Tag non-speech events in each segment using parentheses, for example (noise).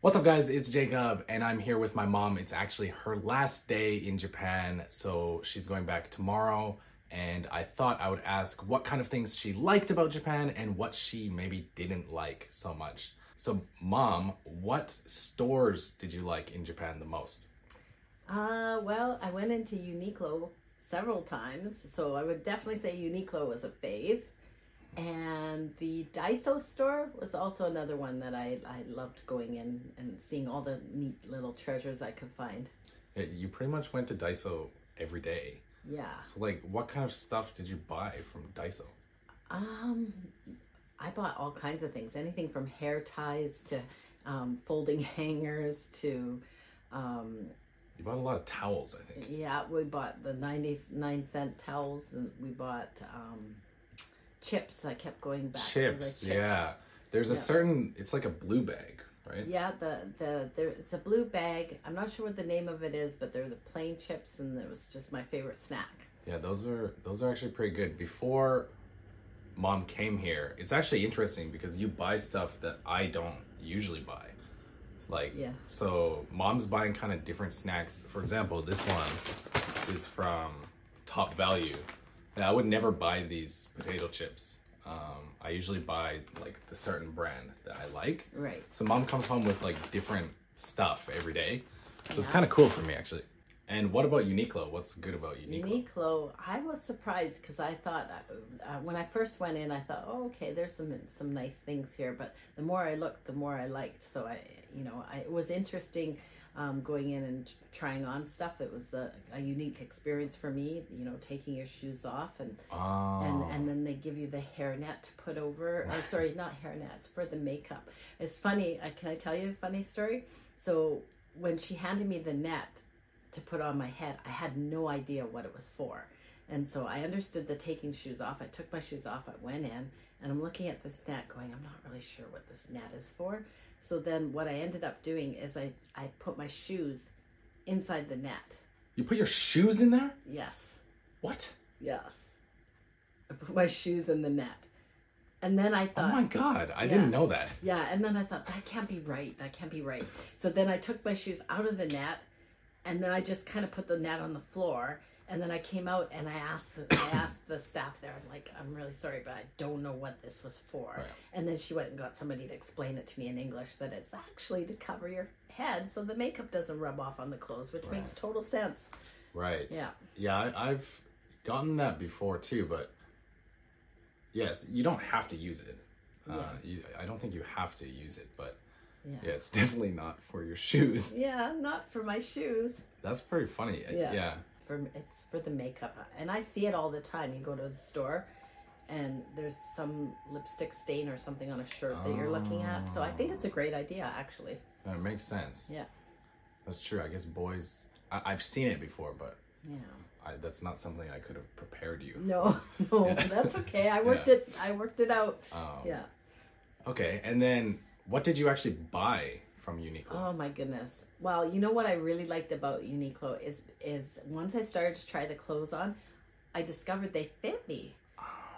What's up, guys? It's Jacob, and I'm here with my mom. It's actually her last day in Japan, so she's going back tomorrow. And I thought I would ask what kind of things she liked about Japan and what she maybe didn't like so much. So, mom, what stores did you like in Japan the most? Uh, well, I went into Uniqlo several times, so I would definitely say Uniqlo was a fave. And the Daiso store was also another one that I, I loved going in and seeing all the neat little treasures I could find. Eh, You pretty much went to Daiso every day. Yeah. So, like, what kind of stuff did you buy from Daiso? Um, I bought all kinds of things, anything from hair ties to um, folding (laughs) hangers to, um, You bought a lot of towels, I think. yeah, we bought the 99 cent towels and we bought um, chips. I kept going back. for the Chips, yeah. There's a certain, it's like a blue bag, right? Yeah, the the there it's a blue bag. I'm not sure what the name of it is, but they're the plain chips, and it was just my favorite snack. Yeah, those are those are actually pretty good. Before mom came here, it's actually interesting because you buy stuff that I don't usually buy. Like Yeah. so mom's buying kind of different snacks. For example, this one is from Top Value. Now, I would never buy these potato chips. Um, I usually buy like the certain brand that I like. Right. So mom comes home with like different stuff every day. So it's kind of cool for me actually. And what about Uniqlo? What's good about Uniqlo? Uniqlo, I was surprised because I thought uh, when I first went in, I thought, oh, okay, there's some some nice things here. But the more I looked, the more I liked. So I, you know, I, it was interesting um, going in and t- trying on stuff. It was a, a unique experience for me. You know, taking your shoes off and Oh. and and then they give you the hairnet to put over. Oh, sorry, not hairnets for the makeup. It's funny. I, can I tell you a funny story? So when she handed me the net to put on my head, I had no idea what it was for, and so I understood the taking shoes off. I took my shoes off. I went in, and I'm looking at this net, going, I'm not really sure what this net is for. So then what I ended up doing is I I put my shoes inside the net. You put your shoes in there? Yes. What? Yes. I put my shoes in the net. And then I Oh thought, my god, I didn't yeah. know that. yeah, and then I thought, that can't be right. That can't be right. So then I took my shoes out of the net and then I just kind of put the net on the floor. And then I came out and I asked the, I (coughs) asked the staff there, I'm like, I'm really sorry, but I don't know what this was for. Right. And then she went and got somebody to explain it to me in English that it's actually to cover your head so the makeup doesn't rub off on the clothes, which makes total sense. Right. Yeah. Yeah, I, I've gotten that before too, but yes, you don't have to use it. Uh, you, I don't think you have to use it, but Yeah. yeah, it's (laughs) definitely not for your shoes. Yeah, not for my shoes. That's pretty funny. Yeah. Yeah. for it's for the makeup and i see it all the time you go to the store and there's some lipstick stain or something on a shirt that you're looking at so i think it's a great idea actually that makes sense. yeah That's true. I guess boys, I, I've seen it before, but yeah I, that's not something I could have prepared you. no (laughs) no that's okay i worked Yeah. it i worked it out yeah Okay, and then what did you actually buy from Uniqlo? Oh my goodness. Well, you know what I really liked about Uniqlo is is once I started to try the clothes on, I discovered they fit me.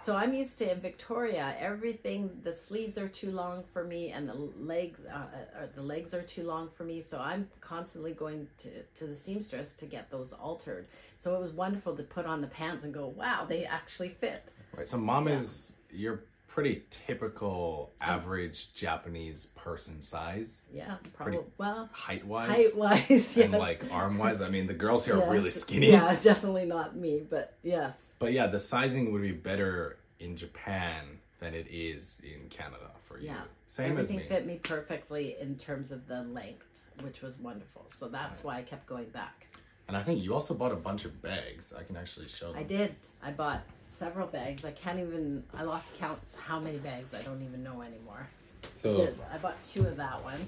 So I'm used to in Victoria, everything the sleeves are too long for me, and the leg uh, or the legs are too long for me. So I'm constantly going to to the seamstress to get those altered. So it was wonderful to put on the pants and go, wow, they actually fit. Right. So mom is your pretty typical average Japanese person size, Yeah, probably. Well, height wise, height (laughs) wise, yes. and like arm wise. I mean, the girls here are really Yes. skinny. Yeah, definitely not me, but yes. But yeah, the sizing would be better in Japan than it is in Canada for you. Yeah. Same Everything as me. fit me perfectly in terms of the length, which was wonderful. So that's why I kept going back. And I think you also bought a bunch of bags. I can actually show them. I did. I bought several bags. I can't even, I lost count how many bags. I don't even know anymore. So I bought two of that one.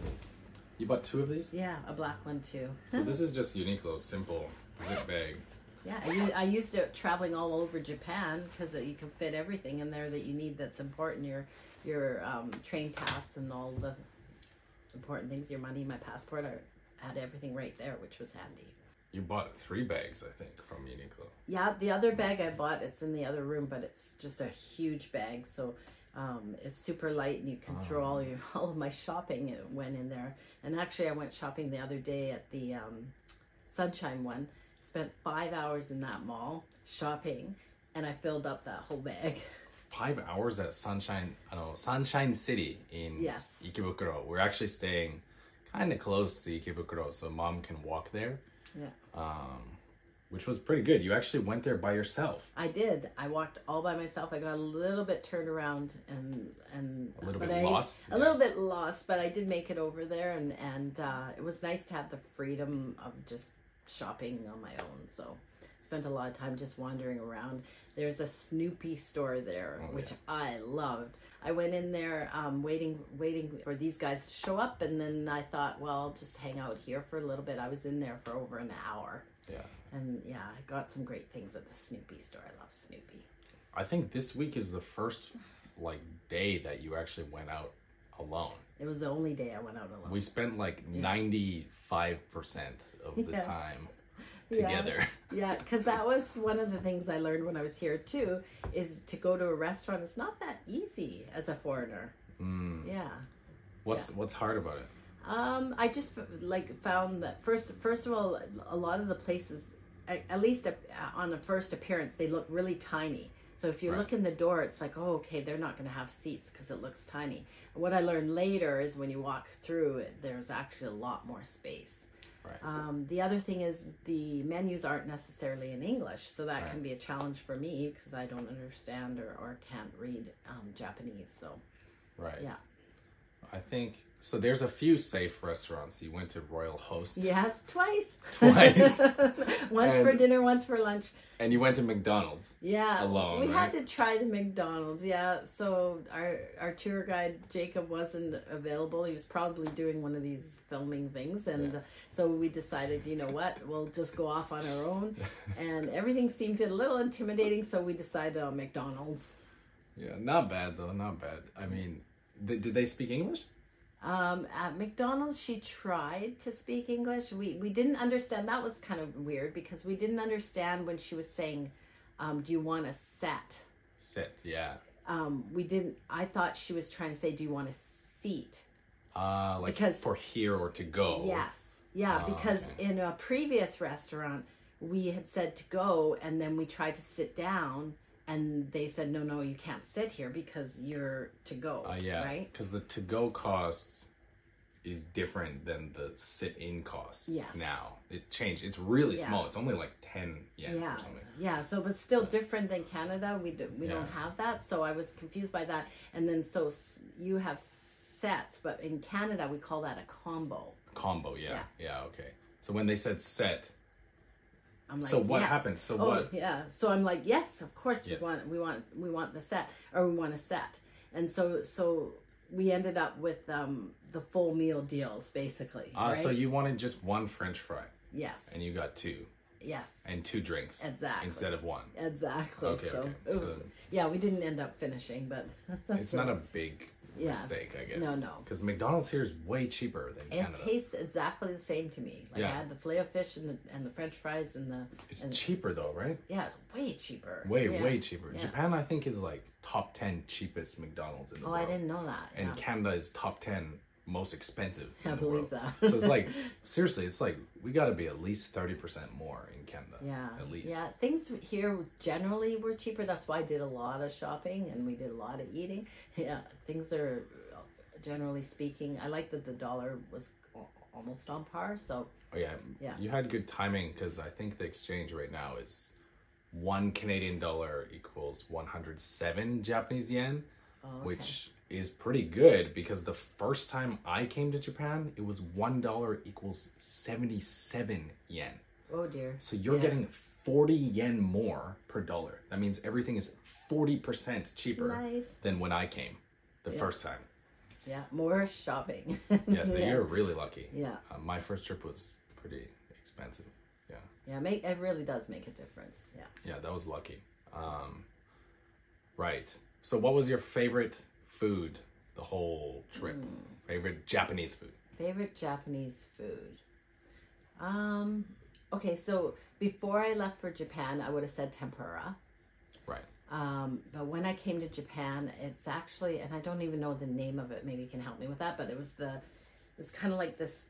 you bought two of these? Yeah, a black one too. So this is just Uniqlo simple zip bag. Yeah, I used, I used it traveling all over Japan because you can fit everything in there that you need that's important. Your your um, train pass and all the important things, your money, my passport. I had everything right there, which was handy. You bought three bags, I think, from Uniqlo. Yeah, the other bag I bought, it's in the other room, but it's just a huge bag. So Um, it's super light, and you can throw all your (laughs) all of my shopping it went in there. And actually, I went shopping the other day at the um, Sunshine one. Spent five hours in that mall shopping, and I filled up that whole bag. (laughs) Five hours at Sunshine, I don't know, Sunshine City in Yes. Ikebukuro. We're actually staying kind of close to Ikebukuro, so mom can walk there, Yeah. which was pretty good. You actually went there by yourself. I did. I walked all by myself. I got a little bit turned around and and A little but bit I- lost? A little bit lost, but I did make it over there, and and uh, it was nice to have the freedom of just shopping on my own. So spent a lot of time just wandering around. There's a Snoopy store there, Oh, which I loved. I went in there um, waiting waiting for these guys to show up, and then I thought, well, I'll just hang out here for a little bit. I was in there for over an hour. Yeah. And yeah, I got some great things at the Snoopy store. I love Snoopy. I think this week is the first like day that you actually went out alone. It was the only day I went out alone. We spent like ninety five percent of the Yes. time (laughs) Yes. together. (laughs) (laughs) Yeah, because that was one of the things I learned when I was here too, is to go to a restaurant. It's not that easy as a foreigner. Mm. Yeah. What's what's hard about it? Um, I just like found that first. First of all, a lot of the places, at at least uh, on a first appearance, they look really tiny. So if you look in the door, it's like, oh, okay, they're not going to have seats because it looks tiny. What I learned later is when you walk through, it, there's actually a lot more space. Right. Um, the other thing is the menus aren't necessarily in English, so that can be a challenge for me because I don't understand or, or can't read um, Japanese. So right. yeah. I think so. There's a few safe restaurants. You went to Royal Host Yes, twice. Twice. (laughs) once for And- dinner, once for lunch. and you went to McDonald's. Yeah. Alone, We right? had to try the McDonald's. Yeah. So our our tour guide Jacob wasn't available. He was probably doing one of these filming things, and Yeah. so we decided, you know what, we'll just go off on our (laughs) own. and everything seemed a little intimidating, so we decided on McDonald's. Yeah, not bad though. Not bad. I mean, th- did they speak English? Um, at McDonald's, she tried to speak English. We we didn't understand. That was kind of weird because we didn't understand when she was saying, um, "Do you want a set?" Sit. Yeah. Um, we didn't. I thought she was trying to say, "Do you want a seat?" Uh, like Because- for here or to go. Yes. Yeah, because in a previous restaurant, we had said to go, and then we tried to sit down, and they said, "No, no, you can't sit here because you're to go." Uh, yeah. Right. Because the to go costs is different than the sit in costs. Yes. Now it changed. It's really Yeah. small. It's only like ten yen yeah or something. yeah so but still different than canada we, do, we don't Yeah. have that so i was confused by that and then so s- you have sets but in canada we call that a combo Combo. Yeah. yeah. Okay. So when they said set, i'm like So what yes. happened? So oh, what- yeah so i'm like yes of course Yes. we want we want we want the set or we want a set and so so we ended up with um the full meal deals basically uh, right? so you wanted just one French fry yes and you got two yes and two drinks Exactly. instead of one. exactly Okay, so, okay. it was- So- yeah we didn't end up finishing but (laughs) It's not a big Yeah. mistake, I guess. No, no. Because McDonald's here is way cheaper than It Canada. tastes exactly the same to me. Like Yeah. I had the filet of fish and the, and the French fries and the it's and- cheaper though, right? Yeah, it's way cheaper. Way, Yeah. way cheaper. Yeah. Japan, I think, is like top ten cheapest McDonald's in the Oh, world. I didn't know that. And yeah. Canada is top ten most expensive. I in the believe world. that. so it's (laughs) like seriously, it's like we got to be at least thirty percent more in Canada. yeah, at least. yeah. Things here generally were cheaper. That's why I did a lot of shopping and we did a lot of eating. (laughs) Yeah, things are generally speaking. I like that the dollar was al- almost on par. So Oh yeah. Yeah. You had good timing because I think the exchange right now is one Canadian dollar equals one hundred seven Japanese yen, Oh, which is pretty good because the first time I came to Japan, it was one dollar equals seventy seven yen. oh dear. So you're Yeah. getting forty yen more per dollar. That means everything is forty percent cheaper Nice. than when I came the first time. Yeah, more shopping. (laughs) Yeah, so you're really lucky. Yeah. Uh, my first trip was pretty expensive. Yeah. yeah. Make it really does make a difference. Yeah. Yeah, that was lucky. Um, right. So, what was your favorite food the whole trip? Favorite Japanese food? Favorite Japanese food. Um okay, so before I left for Japan, I would have said tempura. Right. Um, but when I came to Japan, it's actually, and I don't even know the name of it. Maybe you can help me with that. But it was the, it was kind of like this.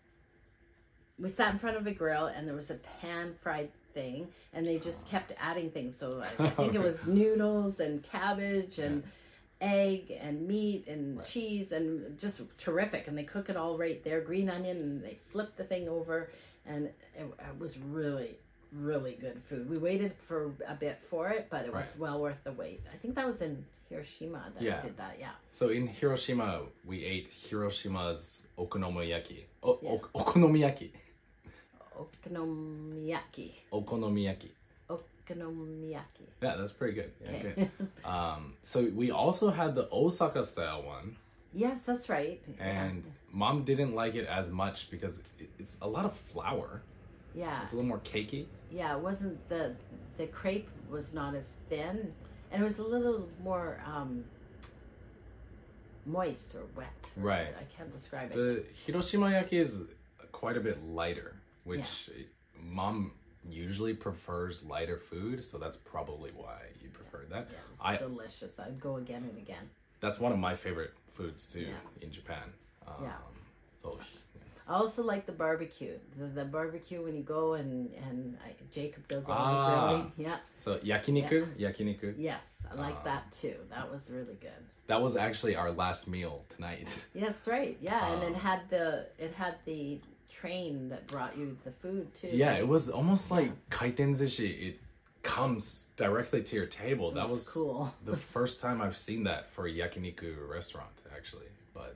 We sat in front of a grill, and there was a pan fried thing, and they just kept adding things. So I, (laughs) I think it was noodles and cabbage and egg and meat and cheese and just terrific. And they cook it all right there, green onion, and they flip the thing over, and it, it was really, really good food. We waited for a bit for it, but it was Right. well worth the wait. I think that was in Hiroshima that Yeah. we did that. Yeah, So in Hiroshima, we ate Hiroshima's okonomiyaki. O- o- okonomiyaki. okonomiyaki, Okonomiyaki. okonomiyaki. Yeah, that's pretty good. Yeah, Okay. good. Um, so we also had the Osaka style one, Yes, that's right. and mom didn't like it as much because it- it's a lot of flour. yeah, It's a little more cakey. yeah. It wasn't the the crepe was not as thin, and it was a little more um, moist or wet. or- Right. I can't describe it. The Hiroshima yaki is quite a bit lighter, which mom usually prefers lighter food, so that's probably why you preferred that. It's I delicious. I'd go again and again. that's one of my favorite foods too Yeah. in Japan. Um, Yeah. So I also like the barbecue. The, the barbecue when you go and and I, Jacob does all Ah. the grilling. Yeah. so yakiniku, yakiniku. Yes, I Ah. like that too. That was really good. That was actually our last meal (laughs) tonight. Yeah, that's right. Yeah, and Um, it had the it had the train that brought you the food too. yeah, it was almost like kaiten sushi. It comes directly to your table. that was was cool. the first time I've seen that for a yakiniku restaurant actually, but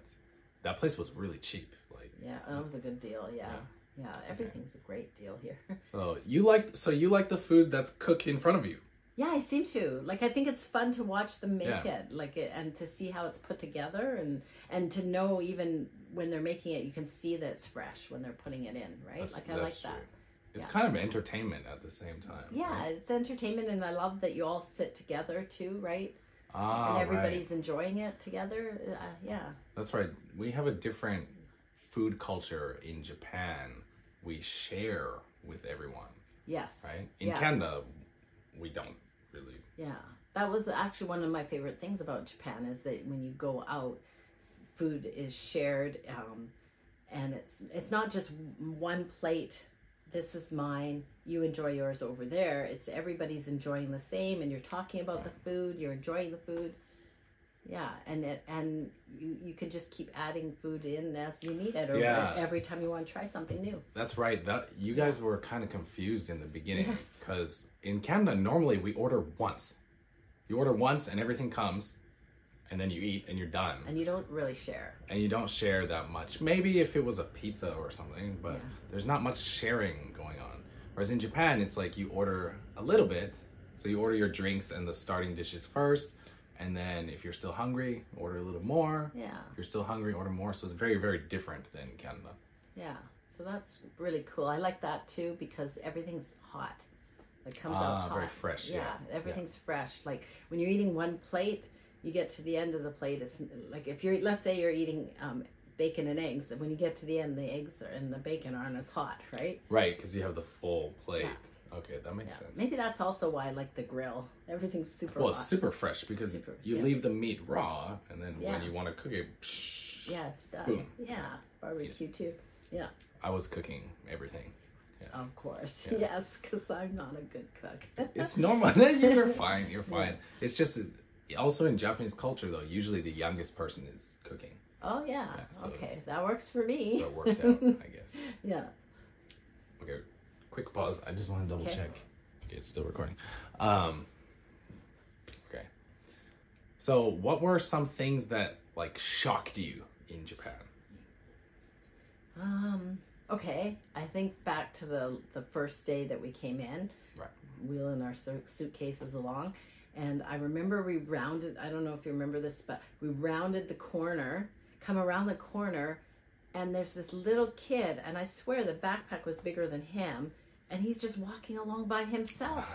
that place was really cheap. Like Yeah, that was a good deal. Yeah. Yeah, everything's a great deal here. (laughs) so you like so you like the food that's cooked in front of you. Yeah, I seem to. Like I think it's fun to watch them make Yeah. it, like it, and to see how it's put together and and to know even when they're making it, you can see that it's fresh when they're putting it in, right? That's- like I like that's that. true. It's kind of entertainment at the same time. Yeah, it's entertainment and I love that you all sit together too, right? Ah, and right. everybody's enjoying it together. Uh, yeah. That's right. We have a different food culture in Japan. We share with everyone, Yes. right? In yeah. Canada, we don't really. Yeah, that was actually one of my favorite things about Japan is that when you go out, food is shared, um, and it's it's not just one plate. This is mine. You enjoy yours over there. It's everybody's enjoying the same, and you're talking about the food. You're enjoying the food. Yeah, and it, and you you can just keep adding food in as you need it, or Yeah. every time you want to try something new. That's right. That you guys were kind of confused in the beginning Yes. because in Canada normally we order once. You order once and everything comes, and then you eat and you're done, And you don't really share. and you don't share that much. Maybe if it was a pizza or something, but Yeah. there's not much sharing going on. Whereas in Japan, it's like you order a little bit. So you order your drinks and the starting dishes first, and then if you're still hungry, order a little more. Yeah. If you're still hungry, order more. So it's very, very different than Canada. Yeah, so that's really cool. I like that too because everything's hot. It comes out Ah, hot. very fresh, yeah, yeah. everything's fresh. Like when you're eating one plate, you get to the end of the plate. It's like if you're, let's say, you're eating um, bacon and eggs, and when you get to the end, the eggs are, and the bacon aren't as hot, right? Right, because you have the full plate. Okay, that makes Yeah. sense. Maybe that's also why I like the grill. Everything's super Well, hot. it's super fresh because Super, you yeah. leave the meat raw, and then when Yeah. you want to cook it, psh, yeah, it's done. Boom. Yeah, barbecue too. Yeah, I was cooking everything. of (laughs) course. Yes, because I'm not a good cook. (laughs) It's normal. (laughs) you're fine. You're fine. It's just also in Japanese culture though. Usually the youngest person is cooking. oh yeah, so okay, it's- that works for me. So it worked out, I guess. (laughs) Yeah. Okay, quick pause. I just want to double Okay. check. Okay, it's still recording. Um, okay. So, what were some things that like shocked you in Japan? Um. Okay. I think back to the the first day that we came in, Right. wheeling our su- suitcases along, and I remember we rounded. I don't know if you remember this, but we rounded the corner, come around the corner, and there's this little kid, and I swear the backpack was bigger than him, and he's just walking along (laughs) by himself.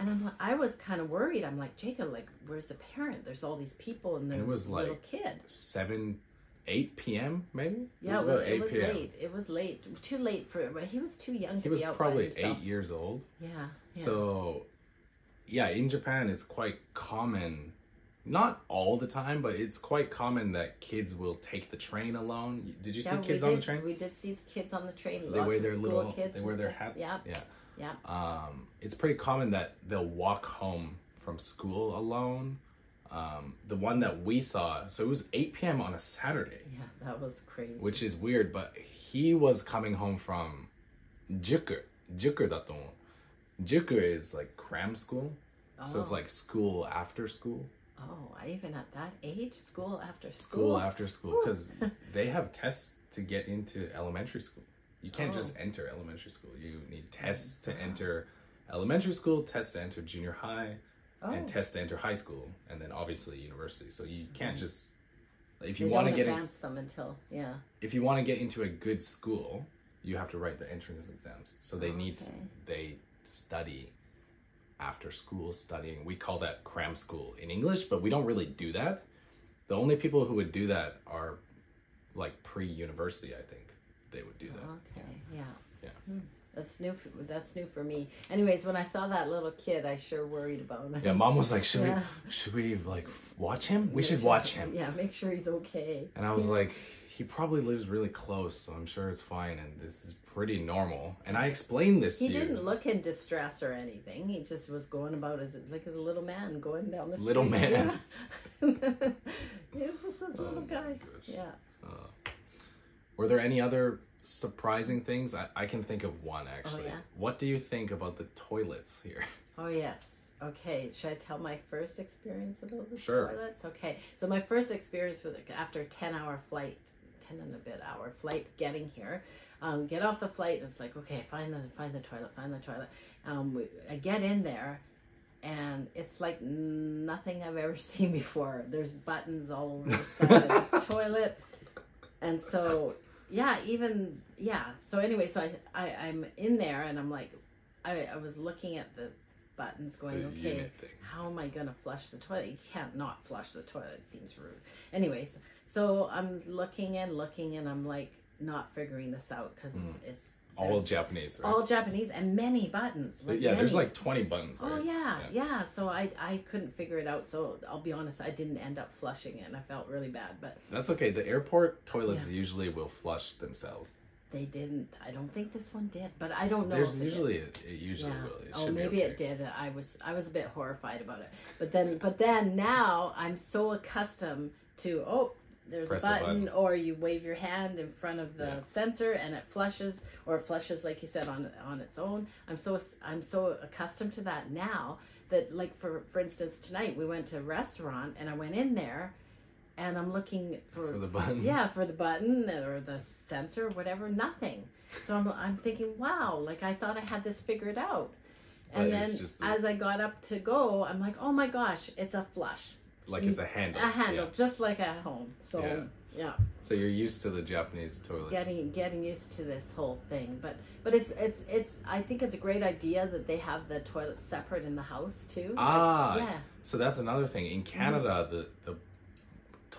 And I'm like, I was kind of worried. I'm like, Jacob, like, where's the parent? There's all these people, and there's it was this little like- kid. Seven, eight p.m. Maybe. Yeah, it was, it was p.m. late. It was late. Too late for. But he was too young to He was be out by probably himself. eight years old. Yeah. yeah. So yeah, in Japan, it's quite common, not all the time, but it's quite common that kids will take the train alone. Did you see Yeah, kids we on did, the train? We did see the kids on the train. They lots wear of their school little, kids. they wear their hats. Yeah, Yeah. yeah. Um, it's pretty common that they'll walk home from school alone. Um, the one that we saw, so it was 8 p.m. on a Saturday, Yeah, that was crazy. which is weird, but he was coming home from juku. Juku だと思う. Juku is like cram school. So it's Oh. like school after school. oh, I even at that age, school after school. School after school (laughs) because they have tests to get into elementary school. You can't just Oh. enter elementary school. You need tests to enter elementary school, tests to enter junior high, and Oh. tests to enter high school, and then obviously university. So you can't just if Mm. They you want to don't get advance in, them until yeah. if you want to get into a good school, you have to write the entrance exams. So they need Oh, Okay. they study after school studying. We call that cram school in English, but we don't really do that. The only people who would do that are like pre-university, I think. They would do that. Okay, yeah. Yeah. Hmm. That's new. For, that's new for me. Anyways, when I saw that little kid, I sure worried about him. Yeah, mom was like, "Should Yeah. we should we like watch him? We (laughs) should watch him." Yeah, make sure he's okay. And I was like, he probably lives really close, so I'm sure it's fine and this is pretty normal. And I explained this He to you. didn't look in distress or anything. He just was going about as like a little man going down the Little street. man. Yeah. (laughs) he was just this little my guy. gosh. Yeah. Were there any other surprising things? I, I can think of one actually. Oh, yeah? What do you think about the toilets here? (laughs) Oh yes. Okay. Should I tell my first experience about the Sure. toilets? Okay. So my first experience with after ten hour flight, ten and a bit hour flight getting here, um, get off the flight. And it's like okay, find the find the toilet, find the toilet. Um, we, I get in there, and it's like nothing I've ever (laughs) seen before. There's buttons all over the side of the toilet, and so yeah, even yeah. So anyway, so I, I I'm in there and I'm like, I I was looking at the buttons going, The Oh, okay, unit thing. how am I gonna flush the toilet? You can't not flush the toilet. It seems rude. Anyways, so I'm looking and looking and I'm like not figuring this out because it's, it's Mm. All there's Japanese, right? all Japanese and many buttons. Like yeah, there's many. like 20 buttons, right? Oh yeah, yeah, So I I couldn't figure it out. So I'll be honest, I didn't end up flushing it. and I felt really bad, but That's okay. The airport toilets usually will flush themselves. they didn't. I don't think this one did, but I don't know. There's if it did. usually it, it usually Yeah. will. It oh, should be maybe okay. it did. I was I was a bit horrified about it. But then but then now I'm so accustomed to oh there's Press a the button, button. or you wave your hand in front of the Yeah. sensor and it flushes or it flushes like you said on on its own. I'm so I'm so accustomed to that now that like for for instance tonight we went to a restaurant and I went in there and I'm looking for, For the button. Yeah, for the button or the sensor or whatever, nothing. So I'm, I'm thinking, wow, like I thought I had this figured out. And But it's then just the- as I got up to go, I'm like, oh my gosh, it's a flush, Like it's a handle. Mm. a handle, Oh, yeah. just like at home. So Yeah. yeah, So you're used to the Japanese toilets. getting getting used to this whole thing, but but it's it's it's I think it's a great idea that they have the toilet separate in the house too. Ah, Yeah. Mm-hmm. So that's another thing. In Canada, the the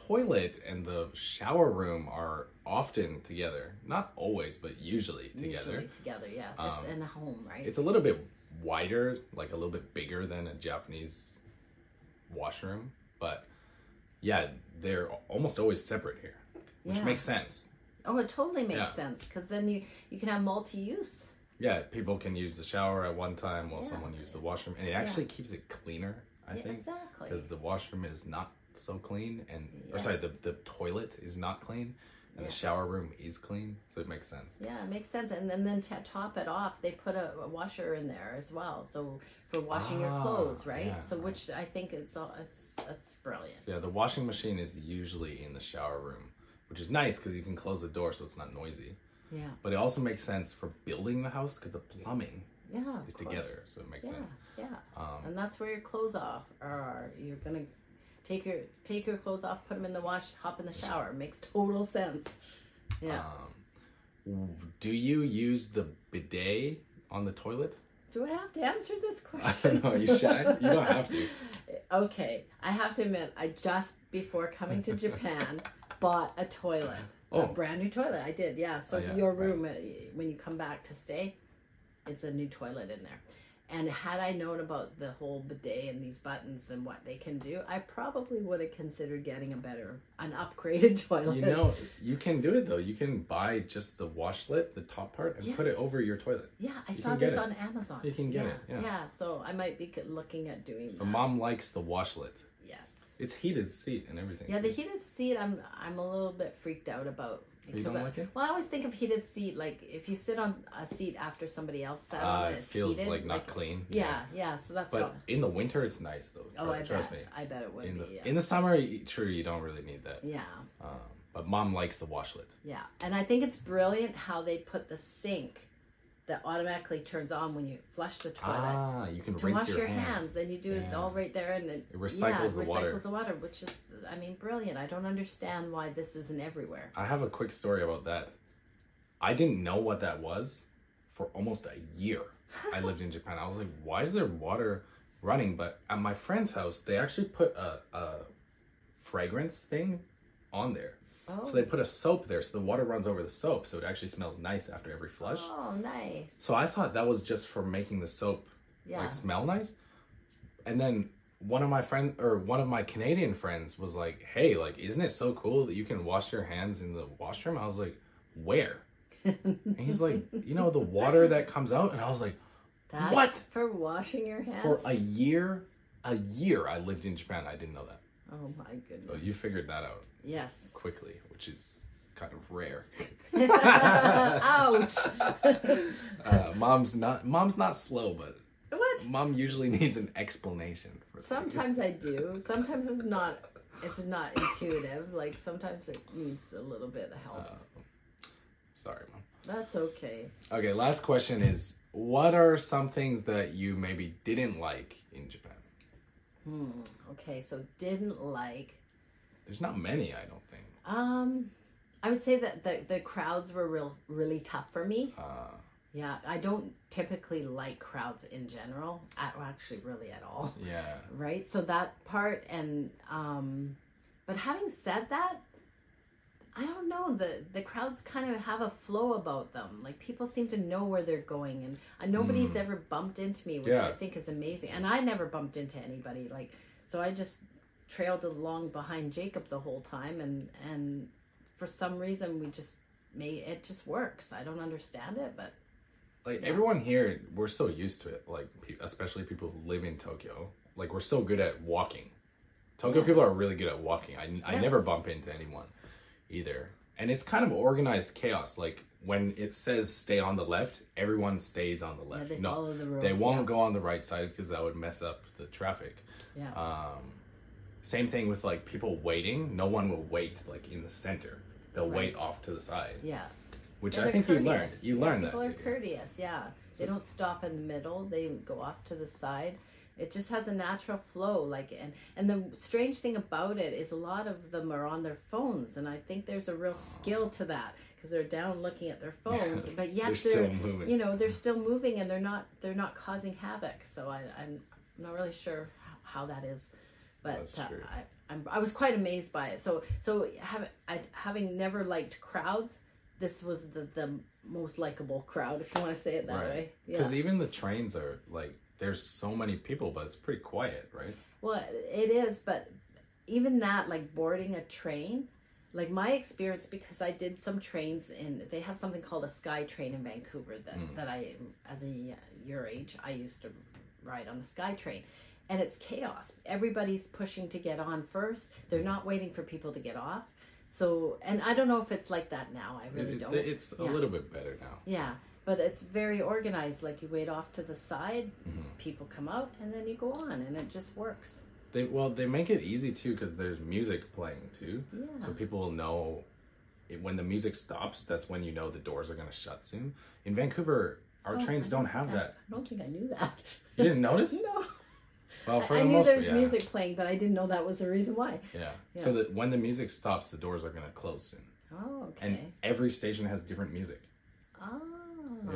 toilet and the shower room are often together. Not always, but usually together. Um, Usually together, yeah. It's in a home, right? It's a little bit wider, like a little bit bigger than a Japanese washroom, but yeah, they're al- almost always separate here, which Yeah. makes sense. Oh, it totally makes Yeah. sense because then you you can have multi-use. Yeah, people can use the shower at one time while Yeah. someone uses the washroom, and it actually keeps it cleaner. I Yeah, think exactly. because the washroom is not so clean and or Yeah. sorry the, the toilet is not clean and Yes. the shower room is clean so it makes sense Yeah, it makes sense. And then, then to top it off, they put a, a washer in there as well. So for washing your Ah, clothes, right? yeah, so which I think it's all it's it's brilliant. yeah the washing machine is usually in the shower room which is nice because you can close the door so it's not noisy Yeah, but it also makes sense for building the house because the plumbing yeah. of is course. together so um, it makes Yeah, sense yeah. and that's where your clothes off are. You're gonna take your take your clothes off, put them in the wash, hop in the shower. Makes total sense. Yeah. Uh, do you use the bidet on the (laughs) toilet Do I have to answer (laughs) this i question? don't know you shy you don't have to Okay, I have to admit, I just before coming to (laughs) Japan bought a toilet, Oh. a brand new toilet. I did, yeah. So yeah, your right. room, uh, when you come back to stay, it's a new toilet in there, And had I known about the whole bidet and these buttons and what they can do, I probably would have considered getting a better, an upgraded (laughs) toilet. You know, you can do it though. You can buy just the washlet, the top part, and put Yes. it over your toilet. yeah, I you saw can get this it. on Amazon. You can get yeah, it, yeah. so I might be looking at doing So that. mom likes the washlet. yes. It's heated seat and everything. Yeah, the heated seat, I'm I'm a little bit freaked out about. Oh, You don't I, like it? Well, I always think of heated seat like if you sit on a seat after somebody else sat Uh, on it, it it's feels heated, like not clean. Yeah, yeah. So that's But what. in the winter, it's nice though. Oh, Tru- I trust bet. me. I bet it would In be. the, yeah. in the summer, y- true, you don't really need that. yeah, Um, but mom likes the washlet. yeah. And I think it's brilliant how they put the sink that automatically turns on when you flush the toilet. Ah, you can to rinse wash your, hands. hands. and you do it Yeah. all right there, and it, It yeah, recycles it the recycles water. the water, which is, I mean, brilliant. I don't understand why this isn't everywhere. I have a quick story about that. I didn't know what that was for almost a year. I lived in Japan. I was like, why is there water running? But at my friend's house, they actually put a, a fragrance thing on there. Oh, So they put a soap there, so the water runs over the soap, so it actually smells nice after every flush. oh, nice. So I thought that was just for making the soap Yeah. like smell nice. And then one of my friend or one of my Canadian friends was like, "Hey, like isn't it so cool that you can wash your hands in the washroom?" I was like, "Where?" (laughs) and he's like, "You know, the water that comes out." And I was like, That's What? for washing your hands? "For a year, a year I lived in Japan. I didn't know that." oh my So goodness. you figured that out Yes. (laughs) quickly, which is kind of rare. Ouch. Uh, mom's not mom's not slow, but what? mom usually needs an explanation for things. Sometimes I do. Sometimes it's not. It's not intuitive. Like sometimes it needs a little bit of help. Uh. Sorry, mom. That's okay. Okay, last question is what are some things that you maybe didn't like in Japan? Okay. So didn't like. There's not many, I don't think. Um, I would say that the the crowds were real really tough for me. Uh, Yeah, I don't typically like crowds in general. At, well, actually, really at all. yeah. right so that part and um but having said that i don't know the the crowds kind of have a flow about them like people seem to know where they're going and uh, nobody's ever bumped into me which i Yeah. think is amazing and i never bumped into anybody like so i just trailed along behind jacob the whole time and and for some reason we just made it just works i don't understand it but Like everyone here, we're so used to it. Like pe- especially people who live in Tokyo, like we're so good at walking. Tokyo people are really good at walking. I, I Yes. never bump into anyone either. And it's kind of organized chaos. Like when it says stay on the left, everyone stays on the yeah, left. they no, follow the rules they won't go on the right side because that would mess up the traffic. yeah, yeah. Um, same thing with like people waiting. No one will wait like in the center. They'll wait off to the side, yeah. which Yeah, I they're think you learned. courteous. You Yeah, learned that. People are too. courteous, yeah. They don't stop in the middle. They go off to the side. It just has a natural flow, like and and the strange thing about it is a lot of them are on their phones, and I think there's a real skill to that because they're down looking (laughs) at their phones, but yet They're they're, still moving. you know they're still moving and they're not they're not causing havoc. So I, I'm not really sure how, how that is, but That's uh, true. I, I'm, I was quite amazed by it. So so having I, having never liked crowds, this was the the most likable crowd, if you want to say it that way. Yeah. Because even the trains are like there's so many people, but it's pretty quiet, right? Well, it is, but even that, like boarding a train, like my experience, because I did some trains in, they have something called a sky train in Vancouver that, Hmm. that I, as a your age, I used to ride on the sky train. And it's chaos. Everybody's pushing to get on first. They're not waiting for people to get off. So, and I don't know if it's like that now. I really It- don't. it- it's a Yeah. little bit better now. Yeah, but it's very organized. Like you wait off to the side, Mm-hmm. people come out, and then you go on, and it just works. They well they make it easy too because there's music playing too, Yeah. so people will know it, when the music stops. That's when you know the doors are gonna shut soon. In Vancouver, our Oh, trains don't have that. I don't think I knew (laughs) that. You didn't (laughs) notice? no, Well, I the knew most- there was yeah. music playing, but I didn't know that was the reason why. Yeah. Yeah. So that when the music stops, the doors are gonna close soon. Oh, And okay. every station has different music. oh,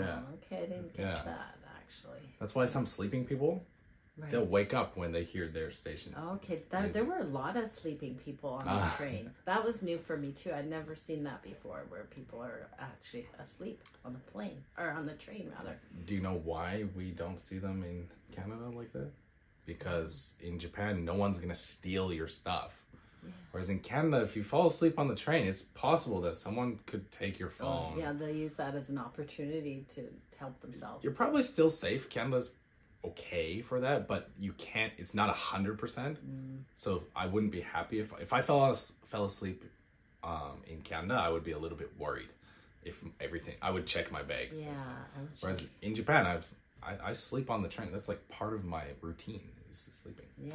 Yeah. Ah, okay. I didn't get Yeah. that actually. That's why some sleeping people Right. Oh, They'll wake up when they hear their stations. Okay, there, there Amazing. were a lot of sleeping people on Ah. the train. That was new for me too. I'd never seen that before, where people are actually asleep on the plane or on the train rather. Do you know why we don't see them in Canada like that? Because in Japan, no one's gonna steal your stuff. Whereas in Canada, if you fall asleep on the train, it's possible that someone could take your phone. Oh, Yeah, they use that as an opportunity to help themselves. You're probably still safe. Canada's okay for that, but you can't. It's not a hundred percent. Mm. So I wouldn't be happy if if I fell as, fell asleep um, in Canada. I would be a little bit worried. If everything, I would check my bags. and Yeah, stuff. I would Whereas in Japan, I've I, I sleep on the train. That's like part of my routine is sleeping. Yeah.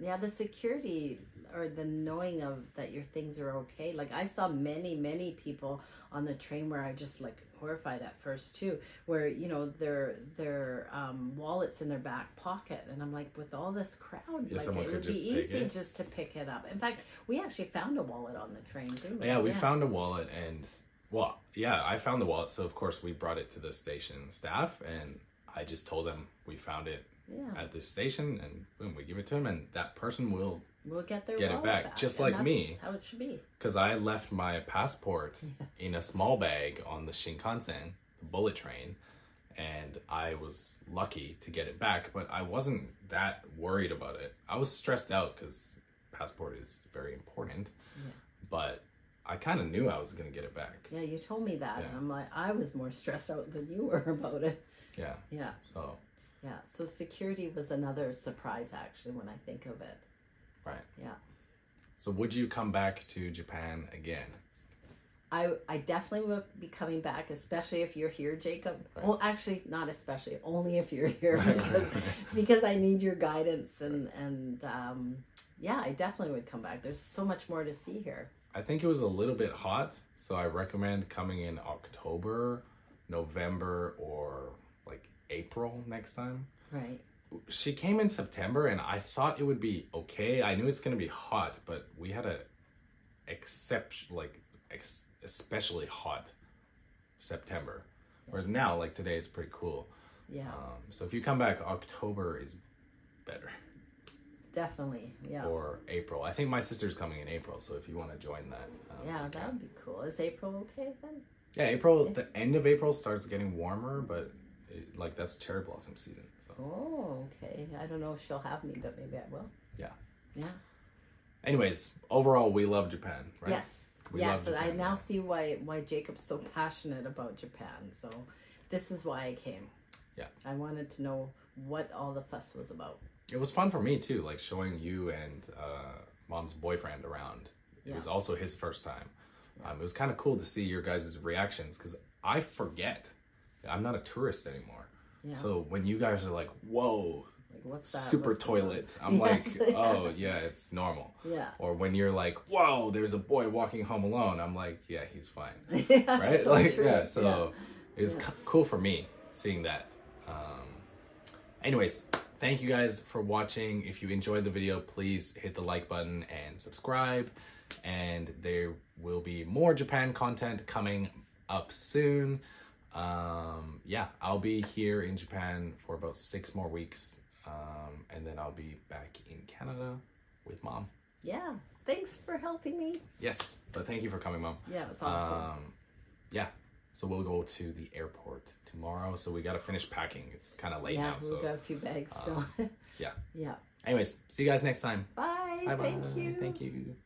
Yeah, the security or the knowing of that your things are okay. Like I saw many, many people on the train where I just like horrified at first too, where you know their their um, wallets in their back pocket, and I'm like, with all this crowd, Yeah, like someone it could would be just take easy it. just to pick it up. In fact, we actually found a wallet on the train, didn't we? Oh, Yeah, we found a wallet and well, yeah, I found the wallet. So of course we brought it to the station staff, and I just told them we found it Yeah, at this station, and boom, we give it to them, and that person will we'll get their Get it wallet back, just and like that's me. How it should be. because I left my passport in a small bag on the Shinkansen, the bullet train, and I was lucky to get it back, but I wasn't that worried about it. I was stressed out because passport is very important, Yeah. but I kind of knew I was gonna get it back. Yeah, you told me that, and Yeah. I'm like, I was more stressed out than you were (laughs) about it. Yeah, Yeah. so Yeah, so security was another surprise actually when I think of it. right. Yeah. So would you come back to Japan again? I I definitely will be coming back, especially if you're here, Jacob. Right. Well, actually, not especially, only if you're here (laughs) because because I need your guidance and and um, yeah, I definitely would come back. There's so much more to see here. I think it was a little bit hot, so I recommend coming in October, November, or like April next time. Right. She came in September, and I thought it would be okay. I knew it's gonna be hot, but we had a exception, like ex- especially hot September. Whereas now, like today, it's pretty cool. Yeah, Um, so if you come back, October is better, definitely. Yeah. or April. I think my sister's coming in April, so if you want to join that, um, yeah, you that can. would be cool. Is April okay then? Yeah, April. The end of April starts getting warmer, but it, like that's cherry blossom season. So Oh, okay. I don't know if she'll have me, but maybe I will. yeah. Yeah. Anyways, overall, we love Japan, right? Yes. We yes, love and I Japan, now yeah. see why why Jacob's so passionate about Japan. So this is why I came. Yeah. I wanted to know what all the fuss was about. It was fun for me too, like showing you and uh, mom's boyfriend around. It Yeah. was also his first time. Um, it was kind of cool to see your guys' reactions because I forget. I'm not a tourist anymore. Yeah. So when you guys are like, "Whoa, Like what's that? super What's going on? toilet," (laughs) I'm Yes. like, "Oh yeah, it's normal." Yeah. (laughs) Or when you're like, "Whoa, there's a boy walking home alone," I'm like, "Yeah, he's fine." Yeah, (laughs) right? so like true. yeah, so it was co- cool for me seeing that. Um, anyways, thank you guys for watching. If you enjoyed the video, please hit the like button and subscribe. And there will be more Japan content coming up soon. Um, yeah, I'll be here in Japan for about six more weeks, um, and then I'll be back in Canada with mom. yeah. Yeah. Thanks for helping me. Yes, but thank you for coming, mom. Yeah, it was awesome. Um, yeah. So we'll go to the airport tomorrow. So we got to finish packing. It's kind of late yeah, now. we've So uh, got a few bags still. (laughs) yeah. yeah. Anyways, see you guys next time. Bye. Bye-bye. Thank you. Thank you.